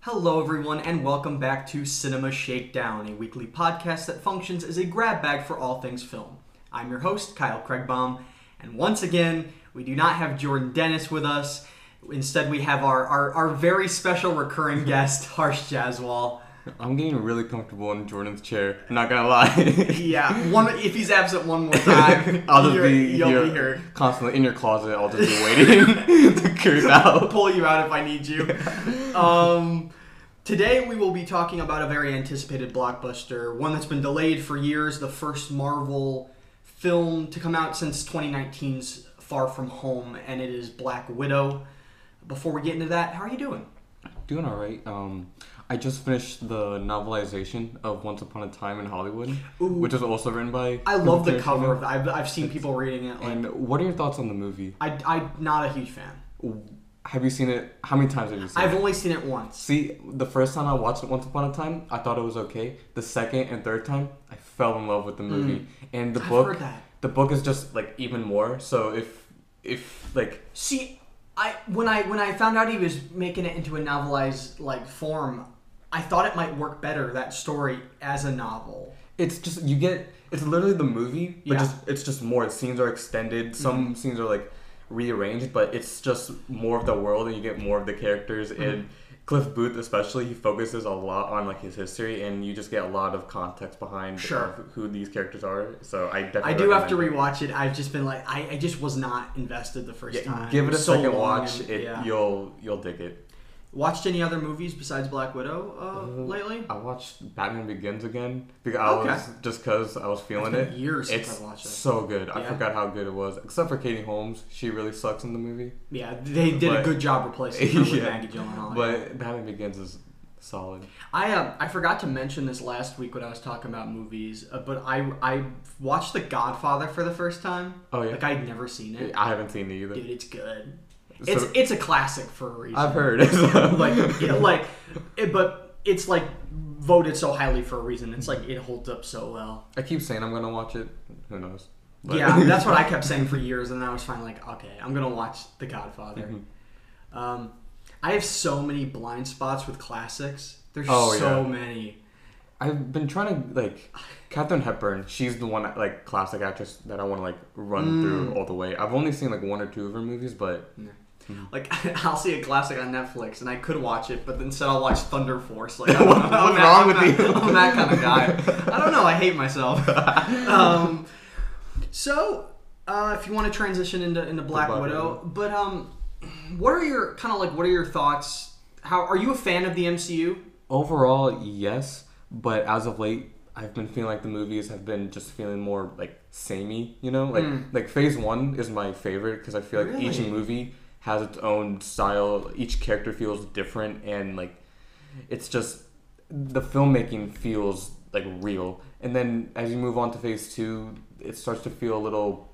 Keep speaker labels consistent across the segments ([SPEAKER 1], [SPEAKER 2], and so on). [SPEAKER 1] Hello, everyone, and welcome back to Cinema Shakedown, a weekly podcast that functions as a grab bag for all things film. I'm your host, Kyle Craigbaum, and once again, we do not have Jordan Dennis with us. Instead, we have our, our, our very special recurring guest, Harsh Jaswal.
[SPEAKER 2] I'm getting really comfortable in Jordan's chair. I'm not gonna lie.
[SPEAKER 1] Yeah, one if he's absent one more time,
[SPEAKER 2] I'll just
[SPEAKER 1] you're-
[SPEAKER 2] be,
[SPEAKER 1] you'll
[SPEAKER 2] here
[SPEAKER 1] be here.
[SPEAKER 2] constantly in your closet. I'll just be waiting to creep
[SPEAKER 1] I'll
[SPEAKER 2] out.
[SPEAKER 1] pull you out if I need you. Um, today we will be talking about a very anticipated blockbuster, one that's been delayed for years, the first Marvel film to come out since 2019's Far From Home, and it is Black Widow. Before we get into that, how are you doing?
[SPEAKER 2] Doing all right. Um, I just finished the novelization of Once Upon a Time in Hollywood, which was also written by.
[SPEAKER 1] I love the
[SPEAKER 2] Tarantino.
[SPEAKER 1] cover. Of I've, I've seen people reading it. Like,
[SPEAKER 2] And what are your thoughts on the movie?
[SPEAKER 1] I, I'm not a huge fan.
[SPEAKER 2] Have you seen it? How many times have you seen
[SPEAKER 1] I've
[SPEAKER 2] it?
[SPEAKER 1] only seen it once.
[SPEAKER 2] See, the first time I watched it Once Upon a Time, I thought it was okay. The second and third time, I fell in love with the movie. And the
[SPEAKER 1] Mm. I've
[SPEAKER 2] book,
[SPEAKER 1] heard that.
[SPEAKER 2] the book is just like even more. So if if like
[SPEAKER 1] See, I when I when I found out he was making it into a novelized like form, I thought it might work better that story as a novel.
[SPEAKER 2] it's just you get it's literally the movie, but
[SPEAKER 1] Yeah. Mm-hmm.
[SPEAKER 2] just it's just more. Scenes are extended. Some scenes are like rearranged, but it's just more of the world, and you get more of the characters.
[SPEAKER 1] Mm-hmm.
[SPEAKER 2] And Cliff Booth, especially, he focuses a lot on like his history, and you just get a lot of context behind
[SPEAKER 1] Sure.
[SPEAKER 2] of who these characters are. So I definitely
[SPEAKER 1] I do have to
[SPEAKER 2] recommend it.
[SPEAKER 1] rewatch it. I've just been like, I, I just was not invested the first time.
[SPEAKER 2] Give it a
[SPEAKER 1] was so
[SPEAKER 2] second
[SPEAKER 1] long
[SPEAKER 2] watch.
[SPEAKER 1] and-
[SPEAKER 2] it,
[SPEAKER 1] yeah.
[SPEAKER 2] You'll you'll dig it.
[SPEAKER 1] Watched any other movies besides Black Widow uh,
[SPEAKER 2] Mm-hmm.
[SPEAKER 1] lately?
[SPEAKER 2] I watched Batman Begins again because I
[SPEAKER 1] Okay.
[SPEAKER 2] was just because I was feeling
[SPEAKER 1] been
[SPEAKER 2] it.
[SPEAKER 1] years since
[SPEAKER 2] it's
[SPEAKER 1] I've watched it.
[SPEAKER 2] so good. I
[SPEAKER 1] Yeah.
[SPEAKER 2] forgot how good it was. Except for Katie Holmes, she really sucks in the movie.
[SPEAKER 1] Yeah, they did a
[SPEAKER 2] But-
[SPEAKER 1] good job replacing her with
[SPEAKER 2] Yeah.
[SPEAKER 1] Maggie Gyllenhaal.
[SPEAKER 2] But Batman Begins is solid.
[SPEAKER 1] I uh, I forgot to mention this last week when I was talking about movies, uh, but I I watched The Godfather for the first time.
[SPEAKER 2] Oh, yeah?
[SPEAKER 1] like I'd never seen it.
[SPEAKER 2] I haven't seen it either.
[SPEAKER 1] Dude, it's good.
[SPEAKER 2] So-
[SPEAKER 1] it's it's a classic for a reason.
[SPEAKER 2] I've heard. so-
[SPEAKER 1] like yeah, like, it, but it's like voted so highly for a reason. It's like it holds up so well.
[SPEAKER 2] I keep saying I'm gonna watch it. Who knows? But-
[SPEAKER 1] yeah, that's what I kept saying for years, and then I was finally like, okay, I'm gonna watch The Godfather.
[SPEAKER 2] Mm-hmm.
[SPEAKER 1] Um, I have so many blind spots with classics. There's
[SPEAKER 2] Oh,
[SPEAKER 1] so
[SPEAKER 2] yeah.
[SPEAKER 1] many.
[SPEAKER 2] I've been trying to like Katherine Hepburn. She's the one like classic actress that I want to like run through
[SPEAKER 1] Mm.
[SPEAKER 2] all the way. I've only seen like one or two of her movies, but
[SPEAKER 1] Like I'll see a classic on Netflix and I could watch it, but instead I'll watch Thunder Force. Like I don't know.
[SPEAKER 2] What's
[SPEAKER 1] I'm
[SPEAKER 2] wrong
[SPEAKER 1] I'm
[SPEAKER 2] with
[SPEAKER 1] not-
[SPEAKER 2] you?
[SPEAKER 1] I'm that kind of guy. I don't know. I hate myself. um, so uh, if you want to transition into into Black,
[SPEAKER 2] Black
[SPEAKER 1] Widow,
[SPEAKER 2] Widow.
[SPEAKER 1] but um, what are your kind of like what are your thoughts? How are you a fan of the MCU?
[SPEAKER 2] overall, yes. But as of late, I've been feeling like the movies have been just feeling more like samey. You know, like like Phase One is my favorite because I feel like each
[SPEAKER 1] Really?
[SPEAKER 2] movie has its own style. Each character feels different, and like it's just the filmmaking feels like real. And then as you move on to Phase Two, it starts to feel a little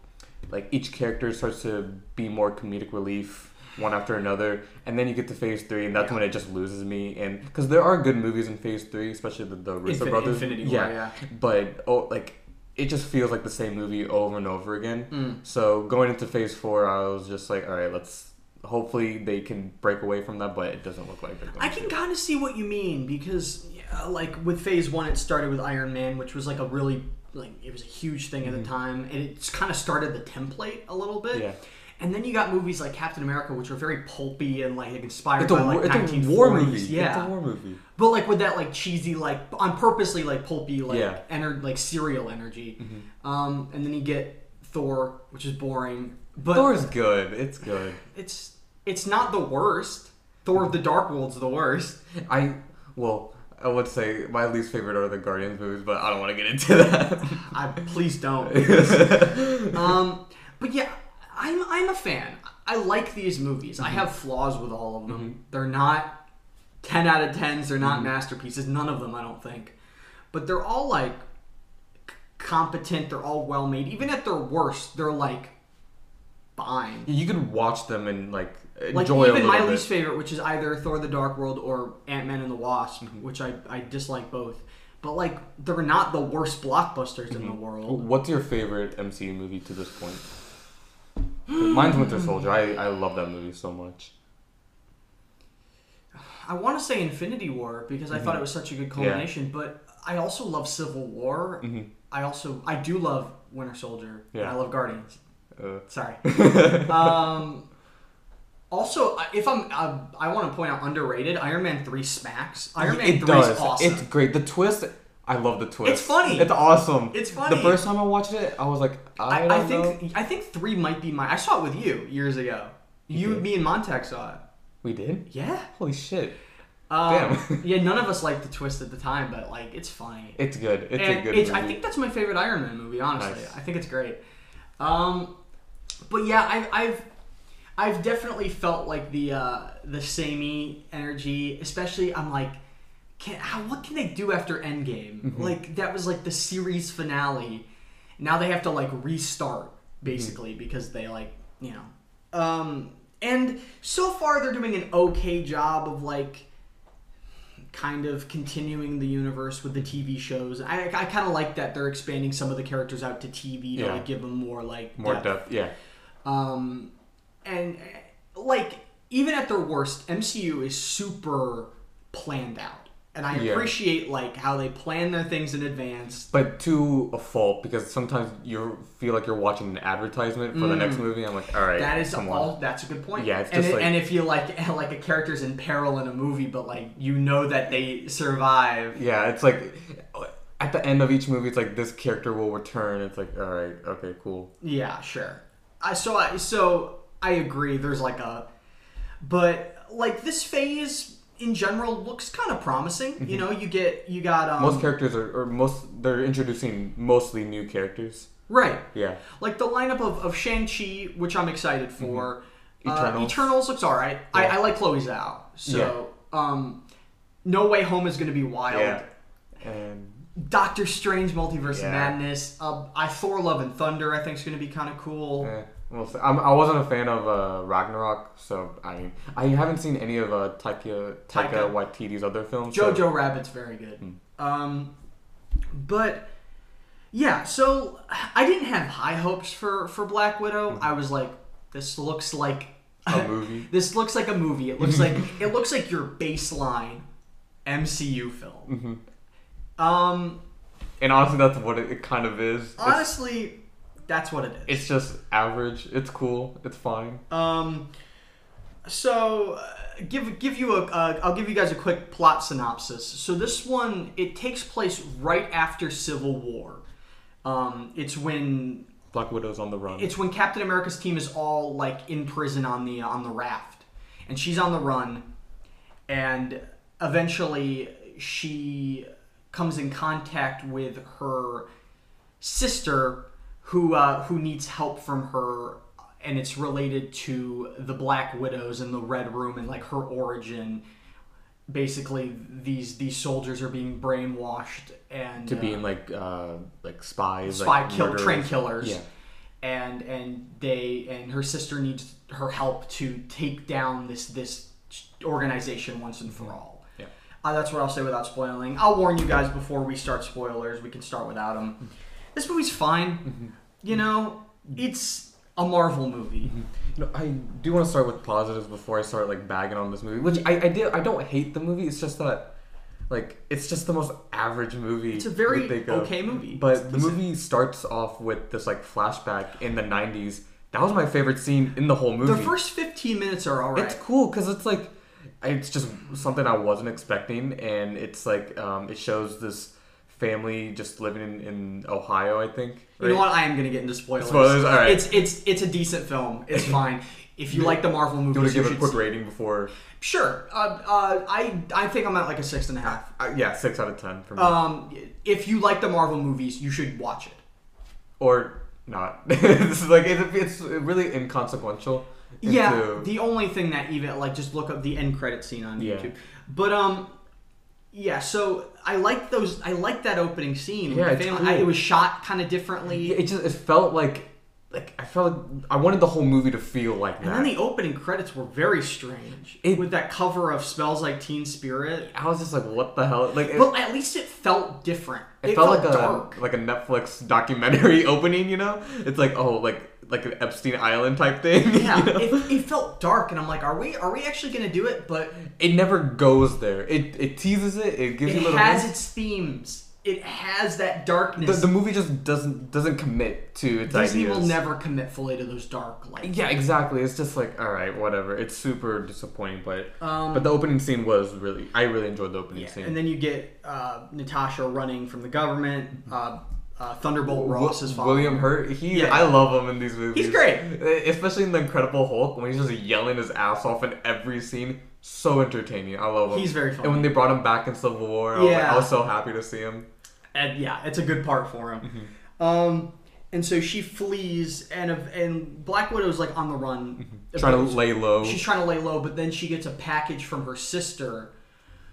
[SPEAKER 2] like each character starts to be more comedic relief one after another and then you get to phase three and that's when it just loses me and because there are good movies in phase three especially the, the Russo
[SPEAKER 1] Infin-
[SPEAKER 2] brothers
[SPEAKER 1] Infinity War,
[SPEAKER 2] yeah.
[SPEAKER 1] yeah.
[SPEAKER 2] but oh like it just feels like the same movie over and over again
[SPEAKER 1] Hmm.
[SPEAKER 2] so going into phase four i was just like all right let's hopefully they can break away from that but it doesn't look like they're going
[SPEAKER 1] I can kind of see what you mean because, yeah, like, with Phase One, it started with Iron Man, which was like a really like it was a huge thing at the time, and it kind of started the template a little bit.
[SPEAKER 2] Mm-hmm. Yeah.
[SPEAKER 1] And then you got movies like Captain America, which were very pulpy and like inspired
[SPEAKER 2] it's a,
[SPEAKER 1] by
[SPEAKER 2] war-
[SPEAKER 1] like
[SPEAKER 2] it's a
[SPEAKER 1] 1940s.
[SPEAKER 2] war movie
[SPEAKER 1] Yeah,
[SPEAKER 2] it's a war movie
[SPEAKER 1] but like with that like cheesy like on purposely like pulpy like
[SPEAKER 2] Yeah. Mm-hmm.
[SPEAKER 1] ener- like serial energy. Um, and then you get Thor, which is boring, but
[SPEAKER 2] thor is good it's good
[SPEAKER 1] it's it's not the worst. Thor of the Dark World's the worst.
[SPEAKER 2] I well, I would say my least favorite are the Guardians movies, but I don't want to get into that.
[SPEAKER 1] I please don't. because- um, but yeah, I'm I'm a fan. I like these movies.
[SPEAKER 2] Mm-hmm.
[SPEAKER 1] I have flaws with all of them. They're not ten out
[SPEAKER 2] Mm-hmm.
[SPEAKER 1] of tens. They're not masterpieces. None of them, I don't think. But they're all like k- competent. They're all well made. Even at their worst, they're like fine.
[SPEAKER 2] You could watch them and like
[SPEAKER 1] Like
[SPEAKER 2] enjoy a
[SPEAKER 1] even
[SPEAKER 2] little
[SPEAKER 1] my
[SPEAKER 2] bit.
[SPEAKER 1] least favorite, which is either Thor: The Dark World or Ant Man and the Wasp,
[SPEAKER 2] Mm-hmm.
[SPEAKER 1] which I I dislike both. But like they're not the worst blockbusters
[SPEAKER 2] Mm-hmm.
[SPEAKER 1] in the world.
[SPEAKER 2] What's your favorite MCU movie to this point?
[SPEAKER 1] Hmm.
[SPEAKER 2] 'Cause Mine's Winter Soldier. I, I love that movie so much.
[SPEAKER 1] I want to say Infinity War because I
[SPEAKER 2] Mm-hmm.
[SPEAKER 1] thought it was such a good culmination, but I also love Civil War. I also I do love Winter Soldier. and
[SPEAKER 2] Mm-hmm. Yeah.
[SPEAKER 1] I love Guardians.
[SPEAKER 2] Uh,
[SPEAKER 1] Sorry. um, also, I- if I'm, uh, I want to point out underrated Iron Man three smacks. Iron Man
[SPEAKER 2] it
[SPEAKER 1] three
[SPEAKER 2] does.
[SPEAKER 1] is awesome.
[SPEAKER 2] It's great. The twist. I love the twist.
[SPEAKER 1] It's funny.
[SPEAKER 2] It's awesome.
[SPEAKER 1] It's funny.
[SPEAKER 2] The first time I watched it, I was like, I,
[SPEAKER 1] I,
[SPEAKER 2] don't
[SPEAKER 1] I think
[SPEAKER 2] know.
[SPEAKER 1] I think three might be my. I saw it with you years ago. You,
[SPEAKER 2] did?
[SPEAKER 1] me, and Montag saw it.
[SPEAKER 2] we did.
[SPEAKER 1] Yeah.
[SPEAKER 2] Holy shit!
[SPEAKER 1] Um,
[SPEAKER 2] Damn.
[SPEAKER 1] yeah. None of us liked the twist at the time, but like it's funny.
[SPEAKER 2] It's good. It's a
[SPEAKER 1] And
[SPEAKER 2] good
[SPEAKER 1] it's,
[SPEAKER 2] movie.
[SPEAKER 1] I think that's my favorite Iron Man movie. Honestly,
[SPEAKER 2] Nice.
[SPEAKER 1] I think it's great. Um, but yeah, I, I've I've definitely felt like the uh, the samey energy. Especially, I'm like, can how, what can they do after Endgame?
[SPEAKER 2] Mm-hmm.
[SPEAKER 1] Like that was like the series finale. Now they have to like restart basically
[SPEAKER 2] Mm-hmm.
[SPEAKER 1] because they like you know. Um, and so far they're doing an okay job of like kind of continuing the universe with the TV shows. I, I kind of like that they're expanding some of the characters out to TV to
[SPEAKER 2] Yeah.
[SPEAKER 1] like give them more like
[SPEAKER 2] more depth. Yeah.
[SPEAKER 1] Um, and uh, like even at their worst, MCU is super planned out, and I
[SPEAKER 2] Yeah.
[SPEAKER 1] appreciate like how they plan their things in advance.
[SPEAKER 2] But to a fault because sometimes you feel like you're watching an advertisement for the next movie. I'm like, all right,
[SPEAKER 1] Mm. That is
[SPEAKER 2] come on.
[SPEAKER 1] all. That's a good point.
[SPEAKER 2] Yeah, it's
[SPEAKER 1] and,
[SPEAKER 2] just
[SPEAKER 1] it-
[SPEAKER 2] like-
[SPEAKER 1] and if you like like a character's in peril in a movie, but like you know that they survive.
[SPEAKER 2] Yeah, it's like at the end of each movie, it's like this character will return. It's like, all right, okay, cool.
[SPEAKER 1] Yeah, sure. I so I so I agree. There's like a, but like this phase in general looks kind of promising. You know, you get you got um
[SPEAKER 2] Mm-hmm. Most characters are, or most they're introducing mostly new characters.
[SPEAKER 1] right.
[SPEAKER 2] Yeah,
[SPEAKER 1] Like the lineup of, of Shang-Chi, which I'm excited for. Uh,
[SPEAKER 2] Mm-hmm. Eternals.
[SPEAKER 1] Eternals looks all right. I, I like Chloe Zhao. So, um, No Way Home is going to be wild.
[SPEAKER 2] yeah, and
[SPEAKER 1] Doctor Strange Multiverse of
[SPEAKER 2] Yeah.
[SPEAKER 1] Madness. Uh, I Thor Love and Thunder I think is going to be kind of cool.
[SPEAKER 2] eh, we'll see. I'm, I wasn't a fan of uh, Ragnarok, so I I haven't seen any of uh, Taika Taika
[SPEAKER 1] Taika.
[SPEAKER 2] Waititi's other films. so- Hmm.
[SPEAKER 1] Jojo Rabbit's very good. Um, but yeah, so I didn't have high hopes for for Black Widow. I was like, this looks like
[SPEAKER 2] Hmm. A movie?
[SPEAKER 1] this looks like a movie. It looks like it looks like your baseline MCU film.
[SPEAKER 2] Mm-hmm.
[SPEAKER 1] Um,
[SPEAKER 2] and honestly, that's what it, it kind of is. It's,
[SPEAKER 1] honestly, that's what it is.
[SPEAKER 2] it's just average. It's cool. It's fine.
[SPEAKER 1] Um, so uh, give give you a uh, I'll give you guys a quick plot synopsis. So this one it takes place right after Civil War. Um, it's when
[SPEAKER 2] Black Widow's on the run.
[SPEAKER 1] it's when Captain America's team is all like in prison on the on the raft, and she's on the run, and eventually she comes in contact with her sister, who uh, who needs help from her, and it's related to the Black Widows and the Red Room and like her origin. Basically, these these soldiers are being brainwashed and
[SPEAKER 2] to
[SPEAKER 1] uh,
[SPEAKER 2] being like uh, like spies,
[SPEAKER 1] spy
[SPEAKER 2] like
[SPEAKER 1] kill
[SPEAKER 2] murderers.
[SPEAKER 1] train killers.
[SPEAKER 2] Yeah.
[SPEAKER 1] And and they and her sister needs her help to take down this this organization once and for all.
[SPEAKER 2] Mm-hmm. Yeah.
[SPEAKER 1] Uh, that's what I'll say without spoiling. I'll warn you guys before we start spoilers. We can start without
[SPEAKER 2] Mm-hmm.
[SPEAKER 1] them. This movie's fine. You know, it's a Marvel movie.
[SPEAKER 2] No, I do want to start with positives before I start like bagging on this movie, which I, I did. I don't hate the movie. It's just that, like, it's just the most average movie.
[SPEAKER 1] It's a very
[SPEAKER 2] you think of.
[SPEAKER 1] okay movie.
[SPEAKER 2] But the movie starts off with this like flashback in the '90s. That was my favorite scene in the whole movie.
[SPEAKER 1] the first 15 minutes are all right.
[SPEAKER 2] it's cool because it's like it's just something I wasn't expecting, and it's like um, it shows this family just living in, in Ohio, I think.
[SPEAKER 1] You know what? I am gonna get into spoilers.
[SPEAKER 2] Spoilers, all right.
[SPEAKER 1] It's it's it's a decent film. It's fine. If you like the Marvel movies,
[SPEAKER 2] Do you want to
[SPEAKER 1] you
[SPEAKER 2] give a
[SPEAKER 1] should
[SPEAKER 2] quick
[SPEAKER 1] see-
[SPEAKER 2] rating before?
[SPEAKER 1] Sure. Uh, uh, I I think I'm at like a six and a half.
[SPEAKER 2] Uh, yeah, six out of ten for me.
[SPEAKER 1] Um, if you like the Marvel movies, you should watch it.
[SPEAKER 2] or not. this is like it, it's really inconsequential.
[SPEAKER 1] yeah.
[SPEAKER 2] into-
[SPEAKER 1] The only thing that even like just look up the end credit scene on
[SPEAKER 2] Yeah.
[SPEAKER 1] YouTube. But um, Yeah, so I like those. I like that opening scene. with
[SPEAKER 2] Yeah,
[SPEAKER 1] the
[SPEAKER 2] it's
[SPEAKER 1] family- I-
[SPEAKER 2] cool.
[SPEAKER 1] it was shot kind of differently.
[SPEAKER 2] Yeah, It just it felt like like I felt like I wanted the whole movie to feel like
[SPEAKER 1] And
[SPEAKER 2] that.
[SPEAKER 1] then the opening credits were very strange
[SPEAKER 2] It-
[SPEAKER 1] with that cover of "Smells Like Teen Spirit."
[SPEAKER 2] I was just like, what the hell? Like it,
[SPEAKER 1] But at least it felt different.
[SPEAKER 2] it felt, like
[SPEAKER 1] dark.
[SPEAKER 2] a like a Netflix documentary opening. You know, it's like oh like like an Epstein Island type thing. you
[SPEAKER 1] yeah,
[SPEAKER 2] know?
[SPEAKER 1] it, it felt dark, and I'm like, are we are we actually gonna do it? But
[SPEAKER 2] it never goes there. It it teases it. It gives you
[SPEAKER 1] it
[SPEAKER 2] little.
[SPEAKER 1] has
[SPEAKER 2] hints.
[SPEAKER 1] its themes. It has that
[SPEAKER 2] the,
[SPEAKER 1] darkness.
[SPEAKER 2] the movie just doesn't doesn't commit to its
[SPEAKER 1] Disney
[SPEAKER 2] ideas.
[SPEAKER 1] will never commit fully to those dark lights.
[SPEAKER 2] Yeah, exactly. It's just like all right, whatever. It's super disappointing, but
[SPEAKER 1] Um,
[SPEAKER 2] but the opening scene was really. I really enjoyed the opening scene.
[SPEAKER 1] And then you get uh, Natasha running from the government. Uh, uh, Thunderbolt Ross is
[SPEAKER 2] Mm-hmm. Wi-
[SPEAKER 1] following.
[SPEAKER 2] William Hurt. He,
[SPEAKER 1] Yeah.
[SPEAKER 2] I love him in these movies.
[SPEAKER 1] He's great.
[SPEAKER 2] Uh, especially in the Incredible Hulk when he's just yelling his ass off in every scene. So entertaining. I love him.
[SPEAKER 1] He's very
[SPEAKER 2] And
[SPEAKER 1] funny.
[SPEAKER 2] when they brought him back in Civil War, I, was like,
[SPEAKER 1] Yeah.
[SPEAKER 2] I was so happy to see him.
[SPEAKER 1] and yeah, it's a good part for him.
[SPEAKER 2] Mm-hmm.
[SPEAKER 1] Um, and so she flees, and and Black Widow's like on the run,
[SPEAKER 2] Mm-hmm. Trying to lay low.
[SPEAKER 1] She's trying to lay low, but then she gets a package from her sister,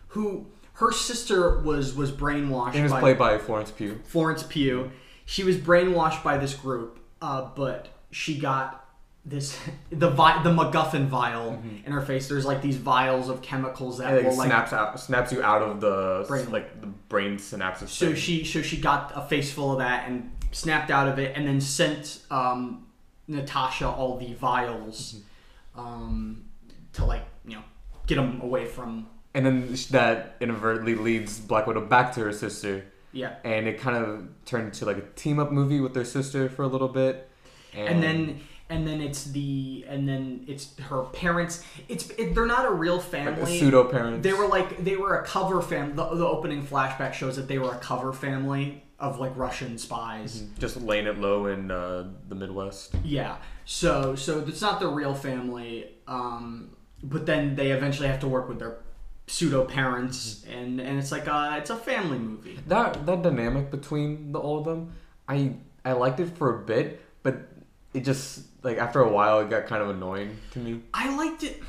[SPEAKER 1] who her sister was was brainwashed.
[SPEAKER 2] He was
[SPEAKER 1] by,
[SPEAKER 2] played by Florence Pugh.
[SPEAKER 1] Florence Pugh. She was brainwashed by this group, uh, but she got this the vi- the MacGuffin vial in her face. There's like these vials of chemicals that
[SPEAKER 2] And
[SPEAKER 1] will
[SPEAKER 2] Mm-hmm. like,
[SPEAKER 1] like
[SPEAKER 2] snaps out, snaps you out of the
[SPEAKER 1] Brain.
[SPEAKER 2] like the brain synapses.
[SPEAKER 1] So
[SPEAKER 2] thing.
[SPEAKER 1] she so she got a face full of that and snapped out of it and then sent um, Natasha all the vials
[SPEAKER 2] Mm-hmm.
[SPEAKER 1] um, to like you know get them away from
[SPEAKER 2] and then sh- that inadvertently leads Black Widow back to her sister,
[SPEAKER 1] yeah
[SPEAKER 2] and it kind of turned into like a team up movie with their sister for a little bit.
[SPEAKER 1] and then and then it's the and then it's her parents it's it, they're not a real family
[SPEAKER 2] the pseudo parents.
[SPEAKER 1] they were like they were a cover fam the, the opening flashback shows that they were a cover family of like Russian spies
[SPEAKER 2] just laying it low in uh, the Midwest.
[SPEAKER 1] Yeah. So so it's not their real family, um, but then they eventually have to work with their pseudo parents,
[SPEAKER 2] Mm-hmm.
[SPEAKER 1] and and it's like uh it's a family movie.
[SPEAKER 2] That that dynamic between the all of them, I I liked it for a bit, but it just like after a while it got kind of annoying to me.
[SPEAKER 1] I liked it.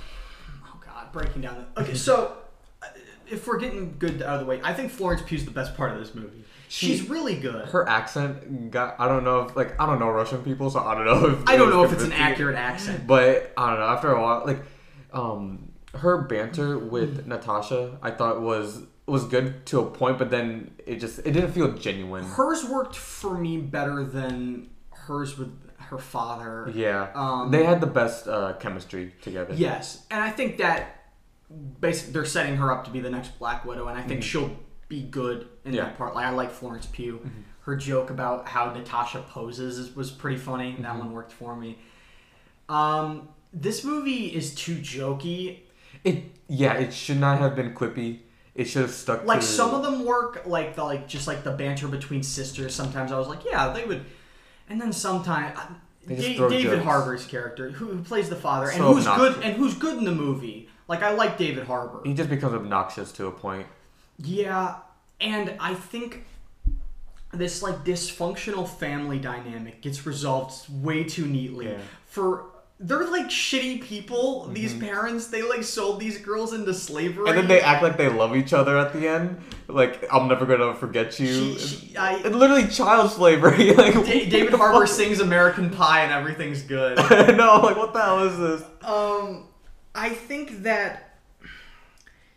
[SPEAKER 1] Oh God, breaking down. The, okay, so uh, if we're getting good out of the way, I think Florence Pugh's the best part of this movie. She's really good.
[SPEAKER 2] Her accent got I don't know if like I don't know Russian people, so I don't know if
[SPEAKER 1] I don't know if
[SPEAKER 2] it
[SPEAKER 1] it's an
[SPEAKER 2] was convincing.
[SPEAKER 1] accurate accent.
[SPEAKER 2] But I don't know. After a while, like, um, her banter
[SPEAKER 1] Mm.
[SPEAKER 2] with Natasha, I thought was was good to a point, but then it just it didn't feel genuine.
[SPEAKER 1] Hers worked for me better than hers with her father.
[SPEAKER 2] Yeah,
[SPEAKER 1] Um,
[SPEAKER 2] they had the best uh, chemistry together.
[SPEAKER 1] Yes, and I think that basically they're setting her up to be the next Black Widow, and I think she'll be good in
[SPEAKER 2] Mm-hmm. Yeah. Mm-hmm.
[SPEAKER 1] that part. Like I like Florence Pugh. Her joke about how Natasha poses is- was pretty funny. and That
[SPEAKER 2] Mm-hmm.
[SPEAKER 1] one worked for me. Um, this movie is too jokey.
[SPEAKER 2] It yeah, it should not have been clippy. It should have stuck.
[SPEAKER 1] Like
[SPEAKER 2] to,
[SPEAKER 1] some of them work, like the like just like the banter between sisters. Sometimes I was like, yeah, they would, and then sometimes. I,
[SPEAKER 2] just
[SPEAKER 1] Da-
[SPEAKER 2] throw
[SPEAKER 1] David
[SPEAKER 2] jokes.
[SPEAKER 1] Harbour's character, who, who plays the father, and
[SPEAKER 2] So
[SPEAKER 1] who's
[SPEAKER 2] obnoxious.
[SPEAKER 1] good, and who's good in the movie. Like I like David Harbour.
[SPEAKER 2] he just becomes obnoxious to a point.
[SPEAKER 1] Yeah, and I think this like dysfunctional family dynamic gets resolved way too neatly.
[SPEAKER 2] Yeah.
[SPEAKER 1] For they're like shitty people. These parents, they like sold these girls into slavery.
[SPEAKER 2] Mm-hmm. And then they act like they love each other at the end. Like I'm never gonna forget
[SPEAKER 1] She-
[SPEAKER 2] you.
[SPEAKER 1] she- I-
[SPEAKER 2] It's literally child slavery. like
[SPEAKER 1] Da- David Harbour sings American Pie and everything's good.
[SPEAKER 2] no, like what the hell is this?
[SPEAKER 1] Um, I think that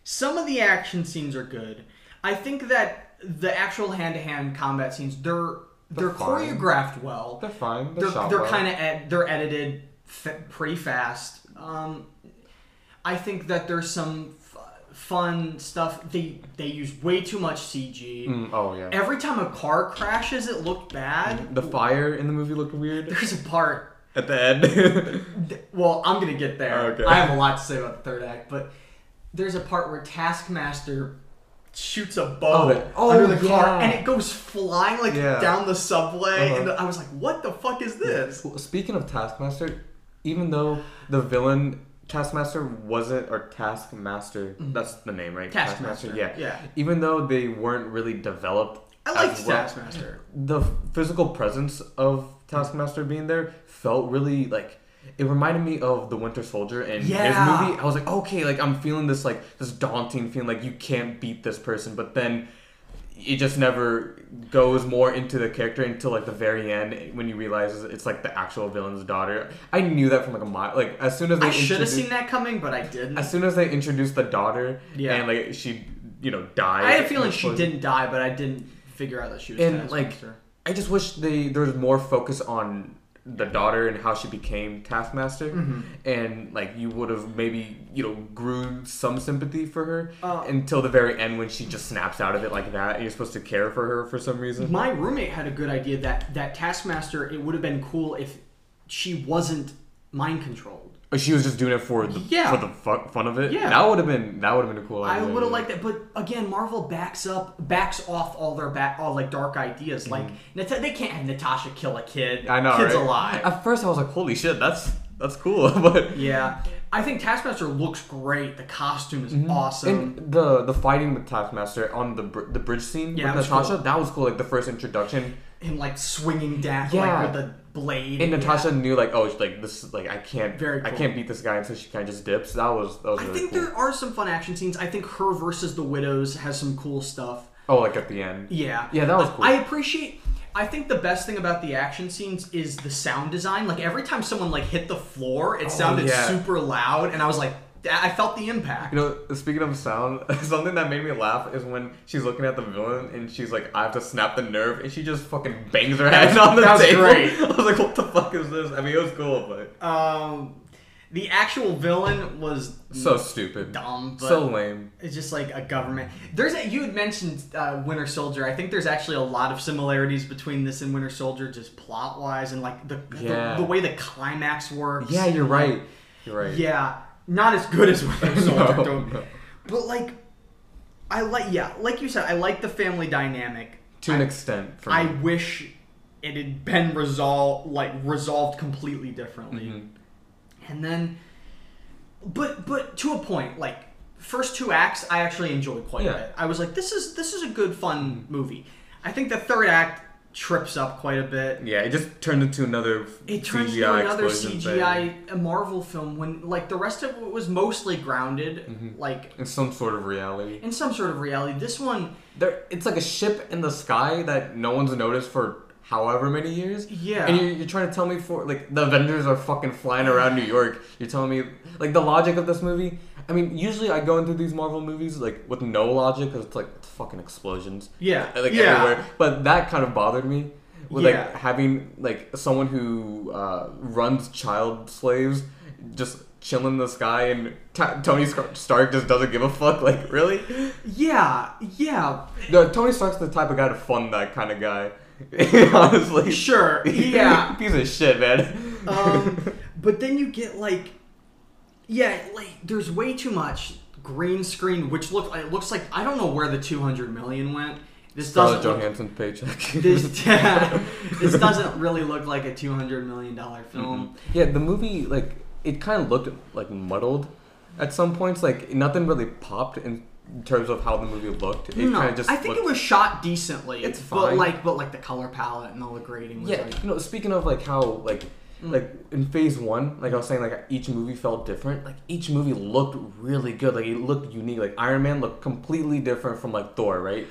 [SPEAKER 1] some of the action scenes are good. I think that the actual hand-to-hand combat scenes they're they're,
[SPEAKER 2] fine.
[SPEAKER 1] choreographed well.
[SPEAKER 2] They're fine. They're,
[SPEAKER 1] they're,
[SPEAKER 2] shot
[SPEAKER 1] they're
[SPEAKER 2] well.
[SPEAKER 1] kind of ed- they're edited f- pretty fast. Um, I think that there's some f- fun stuff. They they use way too much CG.
[SPEAKER 2] Mm, oh yeah.
[SPEAKER 1] Every time a car crashes, it looked bad.
[SPEAKER 2] the fire in the movie looked weird
[SPEAKER 1] There's a part.
[SPEAKER 2] at the end.
[SPEAKER 1] th- Well, I'm gonna get there.
[SPEAKER 2] Okay.
[SPEAKER 1] I have a lot to say about the third act, but there's a part where Taskmaster shoots a
[SPEAKER 2] Oh,
[SPEAKER 1] bow
[SPEAKER 2] that- oh,
[SPEAKER 1] under the car,
[SPEAKER 2] yeah.
[SPEAKER 1] and it goes flying like
[SPEAKER 2] Yeah.
[SPEAKER 1] down the subway.
[SPEAKER 2] Uh-huh.
[SPEAKER 1] And I was like, "What the fuck is this?"
[SPEAKER 2] Speaking of Taskmaster, even though the villain Taskmaster wasn't or Taskmaster, that's the name, right?
[SPEAKER 1] Mm-hmm. Taskmaster,
[SPEAKER 2] yeah.
[SPEAKER 1] yeah.
[SPEAKER 2] Even though they weren't really developed,
[SPEAKER 1] I liked
[SPEAKER 2] as well,
[SPEAKER 1] Taskmaster.
[SPEAKER 2] The physical presence of Taskmaster being there felt really like it reminded me of the Winter Soldier and
[SPEAKER 1] Yeah.
[SPEAKER 2] his movie. I was like, okay, like I'm feeling this like this daunting feeling, like you can't beat this person, but then it just never goes more into the character until like the very end when you realize it's like the actual villain's daughter. I knew that from like a mile. Like as soon as they
[SPEAKER 1] I should have
[SPEAKER 2] introduced-
[SPEAKER 1] seen that coming, but I didn't.
[SPEAKER 2] as soon as they introduced the daughter,
[SPEAKER 1] Yeah.
[SPEAKER 2] and like she, you know, dies.
[SPEAKER 1] I had a feeling
[SPEAKER 2] it
[SPEAKER 1] she
[SPEAKER 2] was-
[SPEAKER 1] didn't die, but I didn't figure out that she was
[SPEAKER 2] And,
[SPEAKER 1] Taskmaster.
[SPEAKER 2] like, I just wish they there was more focus on the daughter and how she became Taskmaster,
[SPEAKER 1] Mm-hmm.
[SPEAKER 2] and like you would have maybe you know grew some sympathy for her
[SPEAKER 1] Uh.
[SPEAKER 2] until the very end when she just snaps out of it like that, and you're supposed to care for her for some reason.
[SPEAKER 1] My roommate had a good idea that that Taskmaster. It would have been cool if she wasn't mind controlled.
[SPEAKER 2] Or She was just doing it for the
[SPEAKER 1] Yeah.
[SPEAKER 2] for the fu- fun of it.
[SPEAKER 1] Yeah.
[SPEAKER 2] that would have been that would have been a cool.
[SPEAKER 1] I
[SPEAKER 2] idea,
[SPEAKER 1] would have
[SPEAKER 2] yeah.
[SPEAKER 1] liked that, but again, Marvel backs up, backs off all their back, all like dark ideas. Like Nat- they can't have Natasha kill a kid.
[SPEAKER 2] Mm-hmm. I know.
[SPEAKER 1] kids
[SPEAKER 2] right?
[SPEAKER 1] alive.
[SPEAKER 2] At first, I was like, "Holy shit, that's that's cool," but
[SPEAKER 1] yeah, I think Taskmaster looks great. The costume is awesome.
[SPEAKER 2] Mm-hmm. And the the fighting with Taskmaster on the br- the bridge scene
[SPEAKER 1] Yeah, that was
[SPEAKER 2] with Natasha
[SPEAKER 1] cool.
[SPEAKER 2] that was cool. Like the first introduction,
[SPEAKER 1] him like swinging down
[SPEAKER 2] Yeah.
[SPEAKER 1] like with a blade.
[SPEAKER 2] and
[SPEAKER 1] Yeah.
[SPEAKER 2] Natasha knew like oh like this is like I can't
[SPEAKER 1] Very
[SPEAKER 2] I
[SPEAKER 1] cool.
[SPEAKER 2] can't beat this guy, and so she kind of just dips. That was that was
[SPEAKER 1] I
[SPEAKER 2] really
[SPEAKER 1] think
[SPEAKER 2] cool.
[SPEAKER 1] there are some fun action scenes. I think her versus the widows has some cool stuff.
[SPEAKER 2] Oh, like at the end.
[SPEAKER 1] Yeah.
[SPEAKER 2] Yeah, that was
[SPEAKER 1] I-
[SPEAKER 2] cool.
[SPEAKER 1] I appreciate I think the best thing about the action scenes is the sound design. Like every time someone like hit the floor, it sounded
[SPEAKER 2] Oh, yeah.
[SPEAKER 1] super loud and I was like I I felt the impact.
[SPEAKER 2] You know, speaking of sound, something that made me laugh is when she's looking at the villain and she's like, "I have to snap the nerve," and she just fucking bangs her head on the
[SPEAKER 1] that was
[SPEAKER 2] table.
[SPEAKER 1] great.
[SPEAKER 2] I was like, "What the fuck is this?" I mean, it was cool, but
[SPEAKER 1] um the actual villain was
[SPEAKER 2] so stupid,
[SPEAKER 1] dumb, but
[SPEAKER 2] so lame.
[SPEAKER 1] It's just like a government. There's a, you had mentioned uh, Winter Soldier. I think there's actually a lot of similarities between this and Winter Soldier, just plot wise and like the,
[SPEAKER 2] Yeah.
[SPEAKER 1] the the way the climax works.
[SPEAKER 2] Yeah, you're right. You're right.
[SPEAKER 1] Yeah, not as good as Winter Soldier,
[SPEAKER 2] No,
[SPEAKER 1] don't-
[SPEAKER 2] no.
[SPEAKER 1] but like, I like yeah, like you said, I like the family dynamic.
[SPEAKER 2] to an extent. For
[SPEAKER 1] I
[SPEAKER 2] me.
[SPEAKER 1] wish it had been resolved like resolved completely differently.
[SPEAKER 2] Mm-hmm.
[SPEAKER 1] And then but but to a point, like first two acts I actually enjoyed quite
[SPEAKER 2] Yeah.
[SPEAKER 1] a bit. I was like this is this is a good fun movie. I think the third act trips up quite a bit.
[SPEAKER 2] Yeah, it just turned into another
[SPEAKER 1] It turns into
[SPEAKER 2] CGI
[SPEAKER 1] another
[SPEAKER 2] E explosion
[SPEAKER 1] CGI
[SPEAKER 2] thing.
[SPEAKER 1] a Marvel film when like the rest of it was mostly grounded
[SPEAKER 2] Mm-hmm.
[SPEAKER 1] like
[SPEAKER 2] in some sort of reality.
[SPEAKER 1] in some sort of reality. This one
[SPEAKER 2] There, it's like a ship in the sky that no one's noticed for however many years.
[SPEAKER 1] Yeah.
[SPEAKER 2] and you're, you're trying to tell me for like the Avengers are fucking flying around New York. You're telling me like the logic of this movie. I mean, usually I go into these Marvel movies like with no logic because it's like it's fucking explosions.
[SPEAKER 1] Yeah.
[SPEAKER 2] like
[SPEAKER 1] Yeah.
[SPEAKER 2] everywhere. But that kind of bothered me. With
[SPEAKER 1] Yeah.
[SPEAKER 2] like having like someone who uh, runs child slaves just chilling in the sky and t- Tony Scar- Stark just doesn't give a fuck. Like really,
[SPEAKER 1] yeah, yeah.
[SPEAKER 2] no, Tony Stark's the type of guy to fund that kind of guy. Honestly,
[SPEAKER 1] Sure. Yeah.
[SPEAKER 2] piece of shit, man.
[SPEAKER 1] um, but then you get like, yeah, like there's way too much green screen, which look it looks like I don't know where the 200 million went. This
[SPEAKER 2] Scarlett
[SPEAKER 1] doesn't look,
[SPEAKER 2] Johansson's paycheck.
[SPEAKER 1] this, this doesn't really look like a 200 million dollar film.
[SPEAKER 2] yeah, the movie like it kind of looked like muddled at some points. Like nothing really popped in terms of how the movie looked. It
[SPEAKER 1] no,
[SPEAKER 2] kind of just
[SPEAKER 1] I think
[SPEAKER 2] looked,
[SPEAKER 1] it was shot decently.
[SPEAKER 2] It's
[SPEAKER 1] but
[SPEAKER 2] fine.
[SPEAKER 1] like, but like the color palette and all the grading was
[SPEAKER 2] yeah.
[SPEAKER 1] like. Mm.
[SPEAKER 2] You know, speaking of like how like like in phase one, like I was saying, like each movie felt different. Like each movie looked really good. Like it looked unique. Like Iron Man looked completely different from like Thor, right?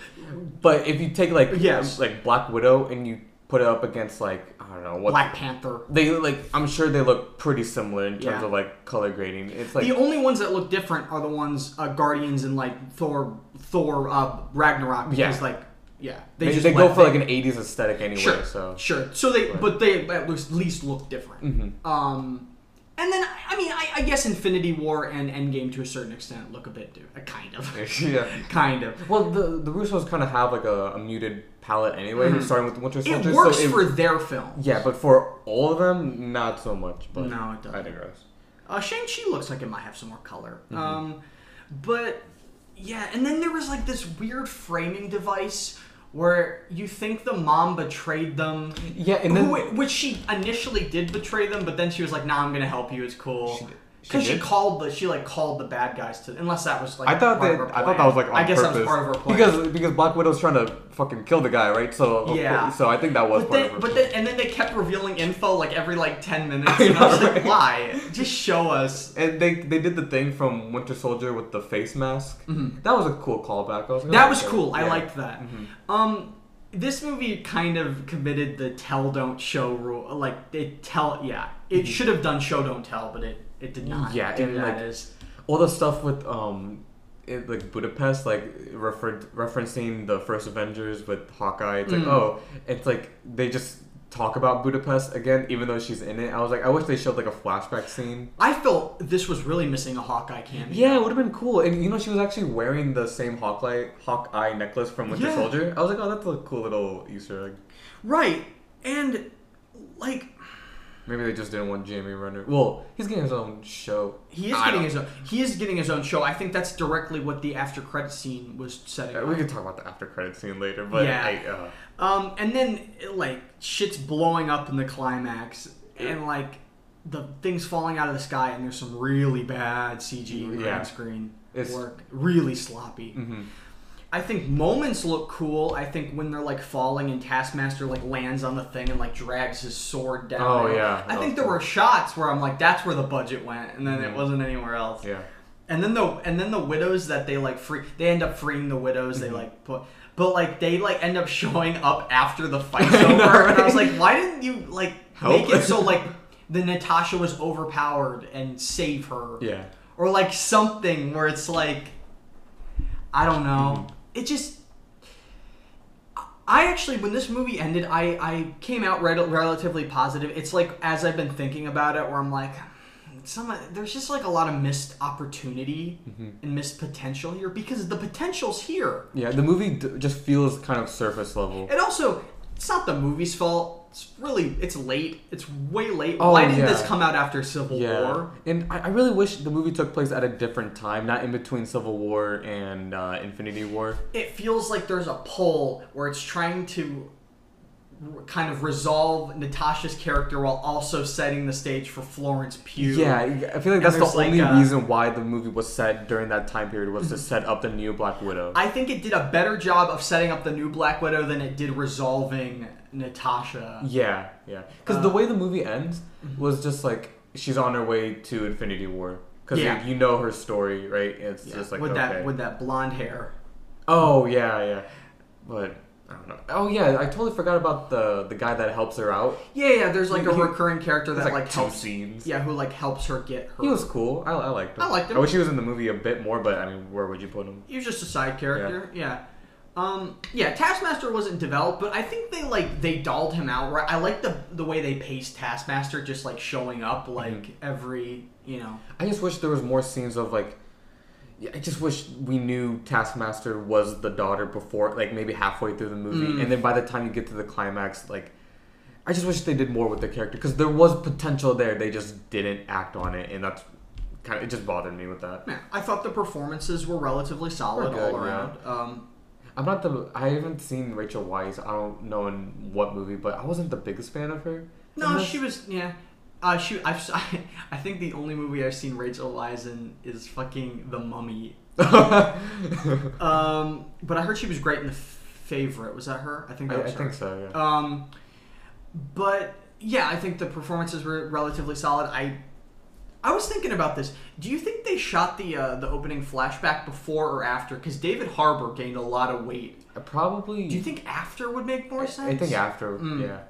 [SPEAKER 2] But if you take like
[SPEAKER 1] Yes.
[SPEAKER 2] like Black Widow and you put it up against like I don't know what
[SPEAKER 1] Black Panther.
[SPEAKER 2] they like I'm sure they look pretty similar in terms
[SPEAKER 1] Yeah.
[SPEAKER 2] of like color grading. It's like
[SPEAKER 1] the only ones that look different are the ones uh, Guardians and like Thor, Thor uh, Ragnarok because
[SPEAKER 2] Yeah.
[SPEAKER 1] like yeah
[SPEAKER 2] they, they,
[SPEAKER 1] just
[SPEAKER 2] go
[SPEAKER 1] let
[SPEAKER 2] for
[SPEAKER 1] things-
[SPEAKER 2] like an 80s aesthetic anyway.
[SPEAKER 1] Sure.
[SPEAKER 2] So
[SPEAKER 1] Sure. So they, but they at least, least look different.
[SPEAKER 2] Mm-hmm.
[SPEAKER 1] Um, and then I- I mean, I, I guess Infinity War and Endgame to a certain extent look a bit do uh, kind of,
[SPEAKER 2] yeah.
[SPEAKER 1] kind of.
[SPEAKER 2] Well, the the Russos kind of have like a, a muted palette anyway, starting with Winter
[SPEAKER 1] Mm-hmm. It
[SPEAKER 2] Soldier. so
[SPEAKER 1] works
[SPEAKER 2] it-
[SPEAKER 1] for their film.
[SPEAKER 2] yeah, but for all of them, not so much. But
[SPEAKER 1] No, it doesn't.
[SPEAKER 2] I digress.
[SPEAKER 1] Uh, Shang Chi looks like it might have some more color.
[SPEAKER 2] Mm-hmm.
[SPEAKER 1] Um, but yeah, and then there was like this weird framing device where you think the mom betrayed them.
[SPEAKER 2] Yeah, and then
[SPEAKER 1] Who- which she initially did betray them, but then she was like, "Nah, I'm gonna help you. It's cool." Because she,
[SPEAKER 2] did?
[SPEAKER 1] called the she like called the bad guys to unless that was like
[SPEAKER 2] I thought
[SPEAKER 1] part
[SPEAKER 2] that
[SPEAKER 1] of her
[SPEAKER 2] I thought
[SPEAKER 1] plan.
[SPEAKER 2] that was like on
[SPEAKER 1] I guess
[SPEAKER 2] purpose.
[SPEAKER 1] that was part of her plan
[SPEAKER 2] because because Black Widow's trying to fucking kill the guy, right? So of
[SPEAKER 1] Yeah.
[SPEAKER 2] course- so I think that was
[SPEAKER 1] But
[SPEAKER 2] part
[SPEAKER 1] then,
[SPEAKER 2] of her.
[SPEAKER 1] but
[SPEAKER 2] plan.
[SPEAKER 1] then, and then they kept revealing info like every like ten minutes,
[SPEAKER 2] I
[SPEAKER 1] and I was
[SPEAKER 2] know,
[SPEAKER 1] like,
[SPEAKER 2] right?
[SPEAKER 1] "Why? Just show us."
[SPEAKER 2] and they they did the thing from Winter Soldier with the face mask. That was a cool callback. I was like,
[SPEAKER 1] Mm-hmm. That
[SPEAKER 2] "Oh,
[SPEAKER 1] was
[SPEAKER 2] okay."
[SPEAKER 1] cool. I
[SPEAKER 2] Yeah. Mm-hmm.
[SPEAKER 1] liked that. Um, this movie kind of committed the tell don't show rule. Like they tell, yeah, it should have done show don't tell, but it it did not.
[SPEAKER 2] Mm-hmm. Yeah,
[SPEAKER 1] do
[SPEAKER 2] and,
[SPEAKER 1] that
[SPEAKER 2] like,
[SPEAKER 1] is-
[SPEAKER 2] all the stuff with um it, like Budapest like referred referencing the first Avengers with Hawkeye it's
[SPEAKER 1] Mm.
[SPEAKER 2] like oh it's like they just talk about Budapest again even though she's in it I was like I wish they showed like a flashback scene
[SPEAKER 1] I felt this was really missing a Hawkeye cameo.
[SPEAKER 2] yeah it would have been cool and you know she was actually wearing the same Hawkeye Hawkeye necklace from Winter
[SPEAKER 1] Yeah.
[SPEAKER 2] Soldier I was like oh that's a cool little Easter egg
[SPEAKER 1] right. And like
[SPEAKER 2] maybe they just didn't want Jamie Renner well he's getting his own show
[SPEAKER 1] he is
[SPEAKER 2] I
[SPEAKER 1] getting
[SPEAKER 2] don't-
[SPEAKER 1] his own, he is getting his own show. I think that's directly what the after credit scene was setting.
[SPEAKER 2] Uh,
[SPEAKER 1] up.
[SPEAKER 2] we can talk about the after credit scene later but
[SPEAKER 1] Yeah.
[SPEAKER 2] I, uh,
[SPEAKER 1] Um, and then like shit's blowing up in the climax, and like the things falling out of the sky, and there's some really bad CG and
[SPEAKER 2] Yeah.
[SPEAKER 1] green screen
[SPEAKER 2] It's- Mm-hmm.
[SPEAKER 1] work, really sloppy. I think moments look cool. I think when they're like falling and Taskmaster like lands on the thing and like drags his sword down.
[SPEAKER 2] Oh, yeah.
[SPEAKER 1] I think
[SPEAKER 2] That was
[SPEAKER 1] there
[SPEAKER 2] cool.
[SPEAKER 1] were shots where I'm like, that's where the budget went, and then it
[SPEAKER 2] Mhm.
[SPEAKER 1] wasn't anywhere else.
[SPEAKER 2] yeah
[SPEAKER 1] And then the and then the widows that they like free they end up freeing the widows
[SPEAKER 2] Mm-hmm.
[SPEAKER 1] they like put but like they like end up showing up after the fight's
[SPEAKER 2] I
[SPEAKER 1] over
[SPEAKER 2] know,
[SPEAKER 1] and I was
[SPEAKER 2] right?
[SPEAKER 1] like why didn't you like
[SPEAKER 2] Help?
[SPEAKER 1] make it so like the Natasha was overpowered and save her
[SPEAKER 2] yeah
[SPEAKER 1] or like something where it's like I don't know
[SPEAKER 2] Mm-hmm.
[SPEAKER 1] it just I actually, when this movie ended, I, I came out rel- relatively positive. It's like as I've been thinking about it, where I'm like, some there's just like a lot of missed opportunity
[SPEAKER 2] Mm-hmm.
[SPEAKER 1] and missed potential here because the potential's here.
[SPEAKER 2] Yeah, the movie d- just feels kind of surface level.
[SPEAKER 1] And also, it's not the movie's fault. It's really it's late. It's way late.
[SPEAKER 2] Oh,
[SPEAKER 1] Why didn't this
[SPEAKER 2] yeah.
[SPEAKER 1] come out after Civil
[SPEAKER 2] Yeah,
[SPEAKER 1] War?
[SPEAKER 2] and I, I really wish the movie took place at a different time, not in between Civil War and uh, Infinity War.
[SPEAKER 1] It feels like there's a pull where it's trying to r- kind of resolve Natasha's character while also setting the stage for Florence Pugh.
[SPEAKER 2] Yeah, I feel like that's the
[SPEAKER 1] there's, like,
[SPEAKER 2] only
[SPEAKER 1] uh, Mm-hmm.
[SPEAKER 2] reason why the movie was set during that time period was to set up the new Black Widow.
[SPEAKER 1] I think it did a better job of setting up the new Black Widow than it did resolving Natasha.
[SPEAKER 2] yeah, yeah, because
[SPEAKER 1] Uh,
[SPEAKER 2] the way the movie ends
[SPEAKER 1] mm-hmm.
[SPEAKER 2] was just like she's on her way to Infinity War. Because
[SPEAKER 1] Yeah.
[SPEAKER 2] you know her story, right? It's just like
[SPEAKER 1] with
[SPEAKER 2] okay.
[SPEAKER 1] that with that blonde hair.
[SPEAKER 2] Oh yeah, yeah. But I don't know. Oh yeah, I totally forgot about the the guy that helps her out.
[SPEAKER 1] Yeah, yeah. There's like a
[SPEAKER 2] He-
[SPEAKER 1] recurring character that
[SPEAKER 2] There's,
[SPEAKER 1] like,
[SPEAKER 2] like, two
[SPEAKER 1] helps.
[SPEAKER 2] scenes.
[SPEAKER 1] Yeah, who like helps her get her.
[SPEAKER 2] He was cool. I, I liked him.
[SPEAKER 1] I liked him.
[SPEAKER 2] I wish he was in the movie a bit more, but I mean, where would you put him?
[SPEAKER 1] he was just a side character. Yeah. Um, yeah, Taskmaster wasn't developed, but I think they like they dolled him out. Right, I like the the way they paced Taskmaster, just like showing up
[SPEAKER 2] Mm-hmm.
[SPEAKER 1] like every you know.
[SPEAKER 2] I just wish there was more scenes of like. yeah, I just wish we knew Taskmaster was the daughter before, like maybe halfway through the movie,
[SPEAKER 1] Mm.
[SPEAKER 2] and then by the time you get to the climax, like. I just wish they did more with the character because there was potential there. They just didn't act on it, and that's kind of it. Just bothered me with that.
[SPEAKER 1] Yeah, I thought the performances were relatively solid
[SPEAKER 2] good,
[SPEAKER 1] all
[SPEAKER 2] yeah.
[SPEAKER 1] around. Um,
[SPEAKER 2] I'm not the. I haven't seen Rachel Weisz. I don't know in what movie, but I wasn't the biggest fan of her. in
[SPEAKER 1] No,
[SPEAKER 2] this.
[SPEAKER 1] she was yeah. Uh, she I've s- I, I think the only movie I've seen Rachel Weisz in is fucking The Mummy. Um, but I heard she was great in The Favorite. Was that her? I think that
[SPEAKER 2] I, I
[SPEAKER 1] was her.
[SPEAKER 2] think so. Yeah.
[SPEAKER 1] Um, but yeah, I think the performances were relatively solid. I I was thinking about this. Do you think they shot the uh, the opening flashback before or after? Because David Harbour gained a lot of weight.
[SPEAKER 2] Probably.
[SPEAKER 1] Do you think after would make more sense? Mm.
[SPEAKER 2] I think after. Yeah.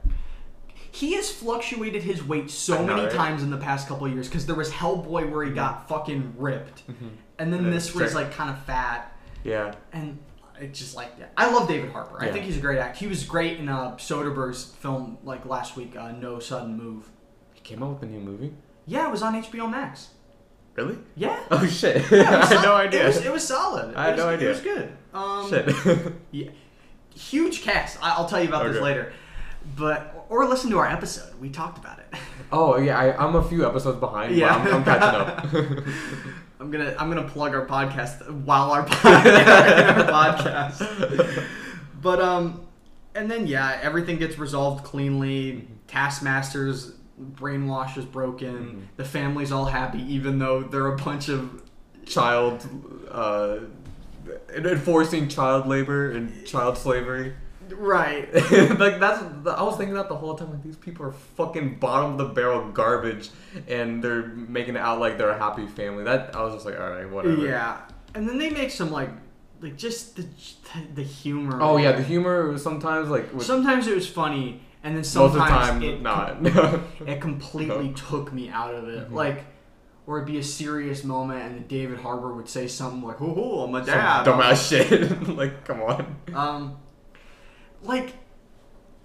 [SPEAKER 1] He has fluctuated his weight so
[SPEAKER 2] I know,
[SPEAKER 1] many
[SPEAKER 2] right? Mm-hmm.
[SPEAKER 1] times in the past couple of years because there was Hellboy where he got fucking ripped, and then
[SPEAKER 2] And then
[SPEAKER 1] this was
[SPEAKER 2] check-
[SPEAKER 1] like kind of fat,
[SPEAKER 2] Yeah.
[SPEAKER 1] and it just like yeah. I love David Harper. I
[SPEAKER 2] Yeah.
[SPEAKER 1] think he's a great actor. He was great in uh, Soderbergh's film like last week, uh, No Sudden Move.
[SPEAKER 2] He came out with a new movie.
[SPEAKER 1] Yeah, it was on HBO Max.
[SPEAKER 2] Really?
[SPEAKER 1] Yeah,
[SPEAKER 2] Oh shit!
[SPEAKER 1] Yeah, it
[SPEAKER 2] I
[SPEAKER 1] was
[SPEAKER 2] had
[SPEAKER 1] sol-
[SPEAKER 2] no idea.
[SPEAKER 1] It was, it was solid. It
[SPEAKER 2] I had
[SPEAKER 1] was-
[SPEAKER 2] no
[SPEAKER 1] It
[SPEAKER 2] idea.
[SPEAKER 1] was good. Um,
[SPEAKER 2] shit.
[SPEAKER 1] Yeah. Huge cast. I- I'll tell you about this
[SPEAKER 2] Okay.
[SPEAKER 1] later, but or listen to our episode. We talked about it.
[SPEAKER 2] oh yeah, I, I'm a few episodes behind.
[SPEAKER 1] Yeah.
[SPEAKER 2] Yeah. I'm, I'm catching up.
[SPEAKER 1] I'm gonna I'm gonna plug our podcast while our, pod- our podcast. But um, and then yeah, everything gets resolved cleanly. Taskmaster's brainwash is broken.
[SPEAKER 2] Mm-hmm.
[SPEAKER 1] The family's all happy, even though they're a bunch of
[SPEAKER 2] child uh, en- enforcing child labor and child slavery.
[SPEAKER 1] right.
[SPEAKER 2] like that's I was thinking that the whole time. Like these people are fucking bottom of the barrel garbage, and they're making it out like they're a happy family. That I was just like, all right, whatever.
[SPEAKER 1] Yeah, and then they make some like like just the the humor.
[SPEAKER 2] Oh yeah, the humor was sometimes like with
[SPEAKER 1] sometimes it was funny, and then
[SPEAKER 2] most of
[SPEAKER 1] sometimes
[SPEAKER 2] the time
[SPEAKER 1] it
[SPEAKER 2] not. Mm-hmm.
[SPEAKER 1] it completely took me out of it. Like, or it'd be a serious moment, and David Harbour would say something like, "Hoo hoo, I'm a
[SPEAKER 2] Some
[SPEAKER 1] dad."
[SPEAKER 2] dumbass shit. like come on.
[SPEAKER 1] Um, like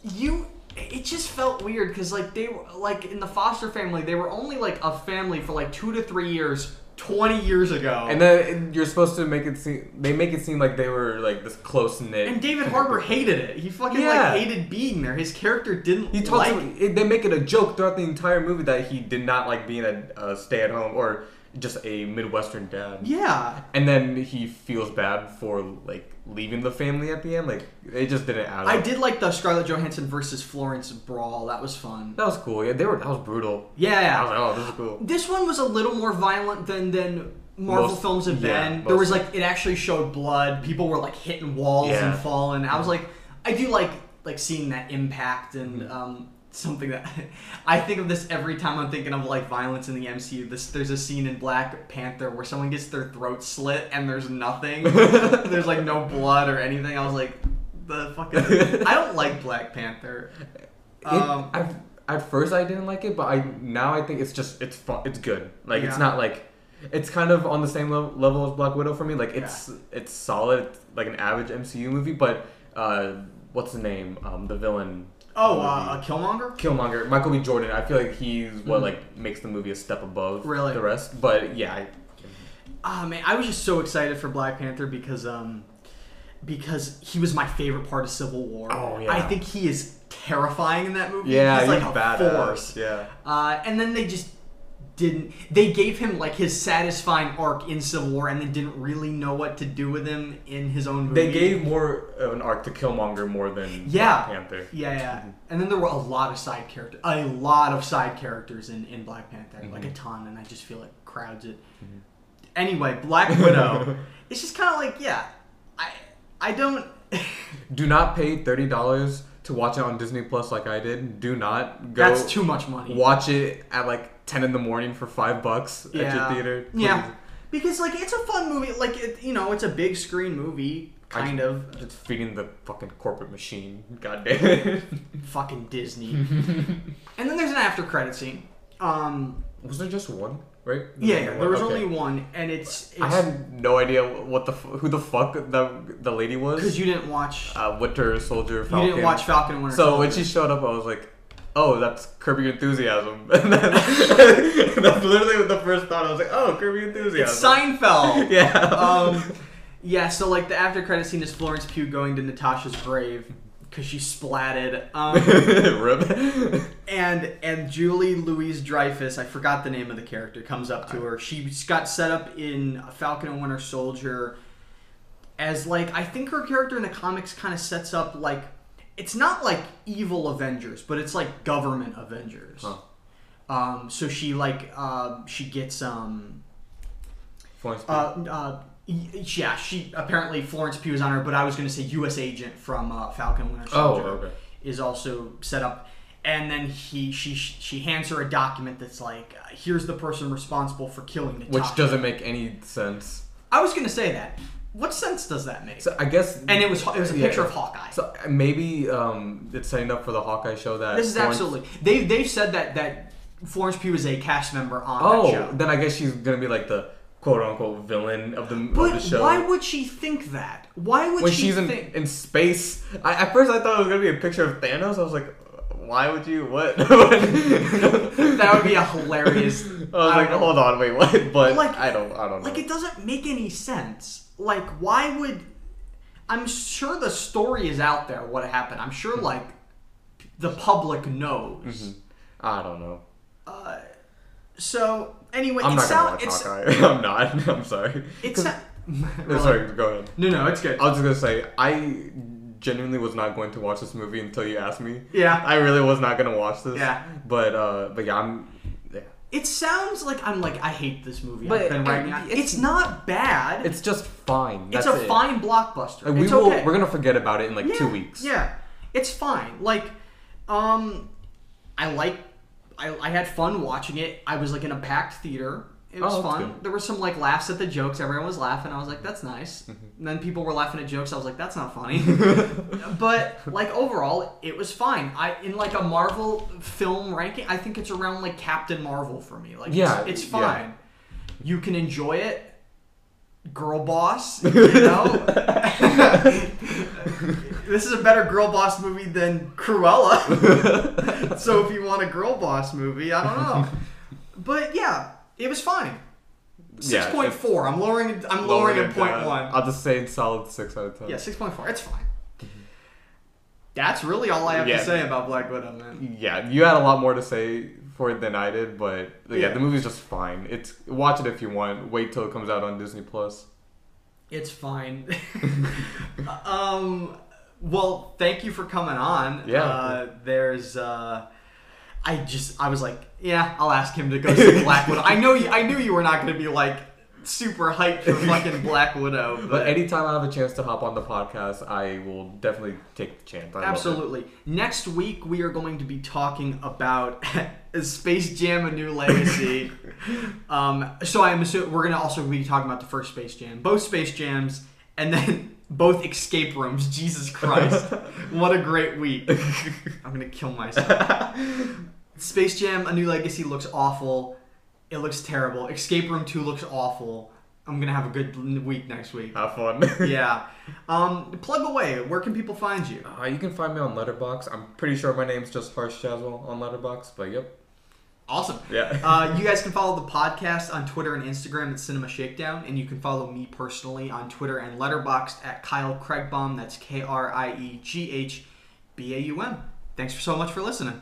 [SPEAKER 1] you, it just felt weird because like they were like in the Foster family, they were only like a family for like two to three years, twenty years ago.
[SPEAKER 2] And then you're supposed to make it seem they make it seem like they were like this close knit.
[SPEAKER 1] And David Harbour hated it. He fucking
[SPEAKER 2] Yeah.
[SPEAKER 1] like hated being there. His character didn't
[SPEAKER 2] He talks.
[SPEAKER 1] like
[SPEAKER 2] it, they make it a joke throughout the entire movie that he did not like being a, a stay-at-home or just a midwestern dad.
[SPEAKER 1] Yeah.
[SPEAKER 2] And then he feels bad for like leaving the family at the end. Like it just didn't add up.
[SPEAKER 1] I did like the Scarlett Johansson versus Florence brawl. That was fun.
[SPEAKER 2] That was cool. Yeah, they were. That was brutal. I was
[SPEAKER 1] Yeah.
[SPEAKER 2] like, oh, this is cool.
[SPEAKER 1] This one was a little more violent than than Marvel
[SPEAKER 2] Most-
[SPEAKER 1] films have
[SPEAKER 2] yeah,
[SPEAKER 1] been. There was
[SPEAKER 2] mostly.
[SPEAKER 1] like it actually showed blood. People were like hitting walls
[SPEAKER 2] Yeah.
[SPEAKER 1] and falling. I was like I do like like seeing that impact
[SPEAKER 2] Mm-hmm.
[SPEAKER 1] and um something that I think of this every time I'm thinking of like violence in the MCU. This there's a scene in Black Panther where someone gets their throat slit and there's nothing. there's like no blood or anything. I was like the fucking I don't like Black Panther.
[SPEAKER 2] It-
[SPEAKER 1] Um,
[SPEAKER 2] I've- at first I didn't like it, but I now I think it's just it's fun. It's good. Like it's
[SPEAKER 1] Yeah.
[SPEAKER 2] not like it's kind of on the same level, level as Black Widow for me. Like it's it's solid, it's like an average MCU movie. But uh, what's the name? Um, the villain.
[SPEAKER 1] oh,
[SPEAKER 2] movie.
[SPEAKER 1] uh, Killmonger?
[SPEAKER 2] Killmonger, Michael B. Jordan. I feel like he's what like makes the movie a step above
[SPEAKER 1] Really?
[SPEAKER 2] the rest. But yeah, I,
[SPEAKER 1] Ah man, I was just so excited for Black Panther because um because he was my favorite part of Civil War.
[SPEAKER 2] Oh, yeah.
[SPEAKER 1] I think he is terrifying in that movie.
[SPEAKER 2] yeah,
[SPEAKER 1] he's
[SPEAKER 2] he's,
[SPEAKER 1] like a
[SPEAKER 2] badass.
[SPEAKER 1] force.
[SPEAKER 2] Yeah,
[SPEAKER 1] Uh, and then they just didn't. They gave him like his satisfying arc in Civil War, and then didn't really know what to do with him in his own movie.
[SPEAKER 2] they gave more of an arc to Killmonger more than
[SPEAKER 1] Yeah.
[SPEAKER 2] Black Panther. Mm-hmm.
[SPEAKER 1] Yeah, yeah. And then there were a lot of side characters, a lot of side characters in, in Black Panther,
[SPEAKER 2] Mm-hmm.
[SPEAKER 1] like a ton, and I just feel like crowds it. Anyway, Black Widow, it's just kind of like, yeah, I I don't.
[SPEAKER 2] Do not pay thirty dollars to watch it on Disney Plus like I did. Do not go.
[SPEAKER 1] that's too much money.
[SPEAKER 2] Watch it at like ten in the morning for five bucks at your theater.
[SPEAKER 1] Yeah, because like it's a fun movie. Like it, you know, it's a big screen movie,
[SPEAKER 2] I-
[SPEAKER 1] kind of.
[SPEAKER 2] Please. Just feeding the fucking corporate machine. God damn it.
[SPEAKER 1] Fucking Disney. and then there's an after credit scene. Um,
[SPEAKER 2] was there just one? Right?
[SPEAKER 1] yeah, yeah, there was
[SPEAKER 2] Okay.
[SPEAKER 1] only one, and it's
[SPEAKER 2] I
[SPEAKER 1] it's
[SPEAKER 2] had no idea what the f- who the fuck the the lady
[SPEAKER 1] because
[SPEAKER 2] was.
[SPEAKER 1] you didn't watch
[SPEAKER 2] uh, Winter Soldier.
[SPEAKER 1] you
[SPEAKER 2] Falcon.
[SPEAKER 1] didn't watch Falcon and Winter
[SPEAKER 2] So when
[SPEAKER 1] Soldier.
[SPEAKER 2] she showed up, I was like, "Oh, that's Curb Your Enthusiasm." And then, that's literally what the first thought. I was like, "Oh, Curb Your Enthusiasm."
[SPEAKER 1] It's Seinfeld.
[SPEAKER 2] Yeah.
[SPEAKER 1] Um, yeah. So like the after credit scene is Florence Pugh going to Natasha's grave because she splatted. Um,
[SPEAKER 2] Rip.
[SPEAKER 1] and and Julie Louise Dreyfus, I forgot the name of the character, comes up to her. She got set up in Falcon and Winter Soldier as like I think her character in the comics kind of sets up like it's not like evil Avengers, but it's like government Avengers.
[SPEAKER 2] Huh.
[SPEAKER 1] Um, so she like um she gets um
[SPEAKER 2] Florence Pugh.
[SPEAKER 1] uh, uh, y- yeah, she apparently Florence Pugh is on her, but I was going to say U.S. agent from uh, Falcon Winter
[SPEAKER 2] Oh,
[SPEAKER 1] Soldier
[SPEAKER 2] okay.
[SPEAKER 1] is also set up, and then he she she hands her a document that's like, uh, here's the person responsible for killing Natasha.
[SPEAKER 2] which doesn't make any sense.
[SPEAKER 1] I was going to say that. What sense does that make?
[SPEAKER 2] So I guess.
[SPEAKER 1] and it was it was a
[SPEAKER 2] yeah.
[SPEAKER 1] picture of Hawkeye.
[SPEAKER 2] So maybe um, it's setting up for the Hawkeye show that
[SPEAKER 1] this is
[SPEAKER 2] Florence-
[SPEAKER 1] absolutely they they've said that that Florence Pugh is a cast member on that
[SPEAKER 2] Oh,
[SPEAKER 1] show.
[SPEAKER 2] then I guess she's gonna be like the quote unquote villain of the, of the
[SPEAKER 1] but
[SPEAKER 2] show.
[SPEAKER 1] why would she think that? Why would
[SPEAKER 2] when
[SPEAKER 1] she
[SPEAKER 2] she's in,
[SPEAKER 1] think?
[SPEAKER 2] in space. I, at first, I thought it was gonna be a picture of Thanos. I was like, why would you? What? that
[SPEAKER 1] that would be a hilarious.
[SPEAKER 2] I was like, hold on, wait, what? But
[SPEAKER 1] Like-
[SPEAKER 2] I don't, I don't know.
[SPEAKER 1] Like it doesn't make any sense. Like why would I'm sure the story is out there what happened. I'm sure
[SPEAKER 2] Mm-hmm.
[SPEAKER 1] like the public knows. Uh,
[SPEAKER 2] I don't know.
[SPEAKER 1] So anyway,
[SPEAKER 2] I'm
[SPEAKER 1] it
[SPEAKER 2] not gonna
[SPEAKER 1] sounds
[SPEAKER 2] watch
[SPEAKER 1] it's
[SPEAKER 2] Hawkeye. I'm not. I'm sorry.
[SPEAKER 1] it's not
[SPEAKER 2] Oh, Sorry, Uh, go ahead.
[SPEAKER 1] No, no, it's good.
[SPEAKER 2] I was just gonna say I genuinely was not going to watch this movie until you asked me.
[SPEAKER 1] Yeah.
[SPEAKER 2] I really was not gonna watch this.
[SPEAKER 1] Yeah.
[SPEAKER 2] But uh, but yeah, I'm. Yeah.
[SPEAKER 1] It sounds like I'm like I hate this movie.
[SPEAKER 2] But
[SPEAKER 1] I've been
[SPEAKER 2] it-
[SPEAKER 1] writing on-
[SPEAKER 2] it's-
[SPEAKER 1] It's, not bad. It's,
[SPEAKER 2] It's just fine. That's
[SPEAKER 1] a
[SPEAKER 2] it.
[SPEAKER 1] fine blockbuster.
[SPEAKER 2] Like, we
[SPEAKER 1] it's
[SPEAKER 2] will.
[SPEAKER 1] okay.
[SPEAKER 2] We're gonna forget about it in like
[SPEAKER 1] yeah,
[SPEAKER 2] two weeks.
[SPEAKER 1] Yeah, it's fine. Like, um, I like. I, I had fun watching it. I was like in a packed theater. It was
[SPEAKER 2] Oh, that's
[SPEAKER 1] fun.
[SPEAKER 2] good.
[SPEAKER 1] There were some like laughs at the jokes. Everyone was laughing. I was like, that's nice.
[SPEAKER 2] Mm-hmm.
[SPEAKER 1] And then people were laughing at jokes. I was like, that's not funny. but like overall, it was fine. I in like a Marvel film ranking, I think it's around like Captain Marvel for me. Like,
[SPEAKER 2] Yeah,
[SPEAKER 1] it's, it's
[SPEAKER 2] yeah.
[SPEAKER 1] fine. You can enjoy it. Girl boss, you know. this is a better girl boss movie than Cruella. so if you want a girl boss movie, I don't know. But yeah, it was fine.
[SPEAKER 2] Yeah,
[SPEAKER 1] Six point four. I'm lowering. it- I'm lowering it point
[SPEAKER 2] down.
[SPEAKER 1] one.
[SPEAKER 2] I'll just say it's solid six out of ten.
[SPEAKER 1] Yeah, six point four. It's fine. That's really all I have
[SPEAKER 2] Yeah.
[SPEAKER 1] to say about Black Widow, man.
[SPEAKER 2] Yeah, you had a lot more to say for it than I did, but yeah,
[SPEAKER 1] Yeah.
[SPEAKER 2] the movie's just fine. It's watch it if you want. Wait till it comes out on Disney Plus.
[SPEAKER 1] It's fine. um, well, thank you for coming on.
[SPEAKER 2] Yeah.
[SPEAKER 1] Uh, there's. Uh, I just I was like, yeah, I'll ask him to go see Black Widow. I know you, I knew you were not going to be like super hyped for fucking Black Widow, but,
[SPEAKER 2] But anytime I have a chance to hop on the podcast, I will definitely take the chance. I love it.
[SPEAKER 1] Absolutely. Next week we are going to be talking about Space Jam: A New Legacy. um, so I'm assuming we're going to also be talking about the first Space Jam, both Space Jams, and then both escape rooms. Jesus Christ, what a great week! I'm going to kill myself. Space Jam: A New Legacy looks awful. It looks terrible. Escape Room Two looks awful. I'm gonna have a good l- week next week.
[SPEAKER 2] Have fun.
[SPEAKER 1] Yeah. Um, plug away. Where can people find you?
[SPEAKER 2] Uh, you can find me on Letterbox. I'm pretty sure my name's just Harsh Chazwell on Letterbox, but yep.
[SPEAKER 1] Awesome.
[SPEAKER 2] Yeah.
[SPEAKER 1] Uh, you guys can follow the podcast on Twitter and Instagram at Cinema Shakedown, and you can follow me personally on Twitter and Letterboxd at Kyle Craigbaum. That's K R I E G H B A U M. Thanks so much for listening.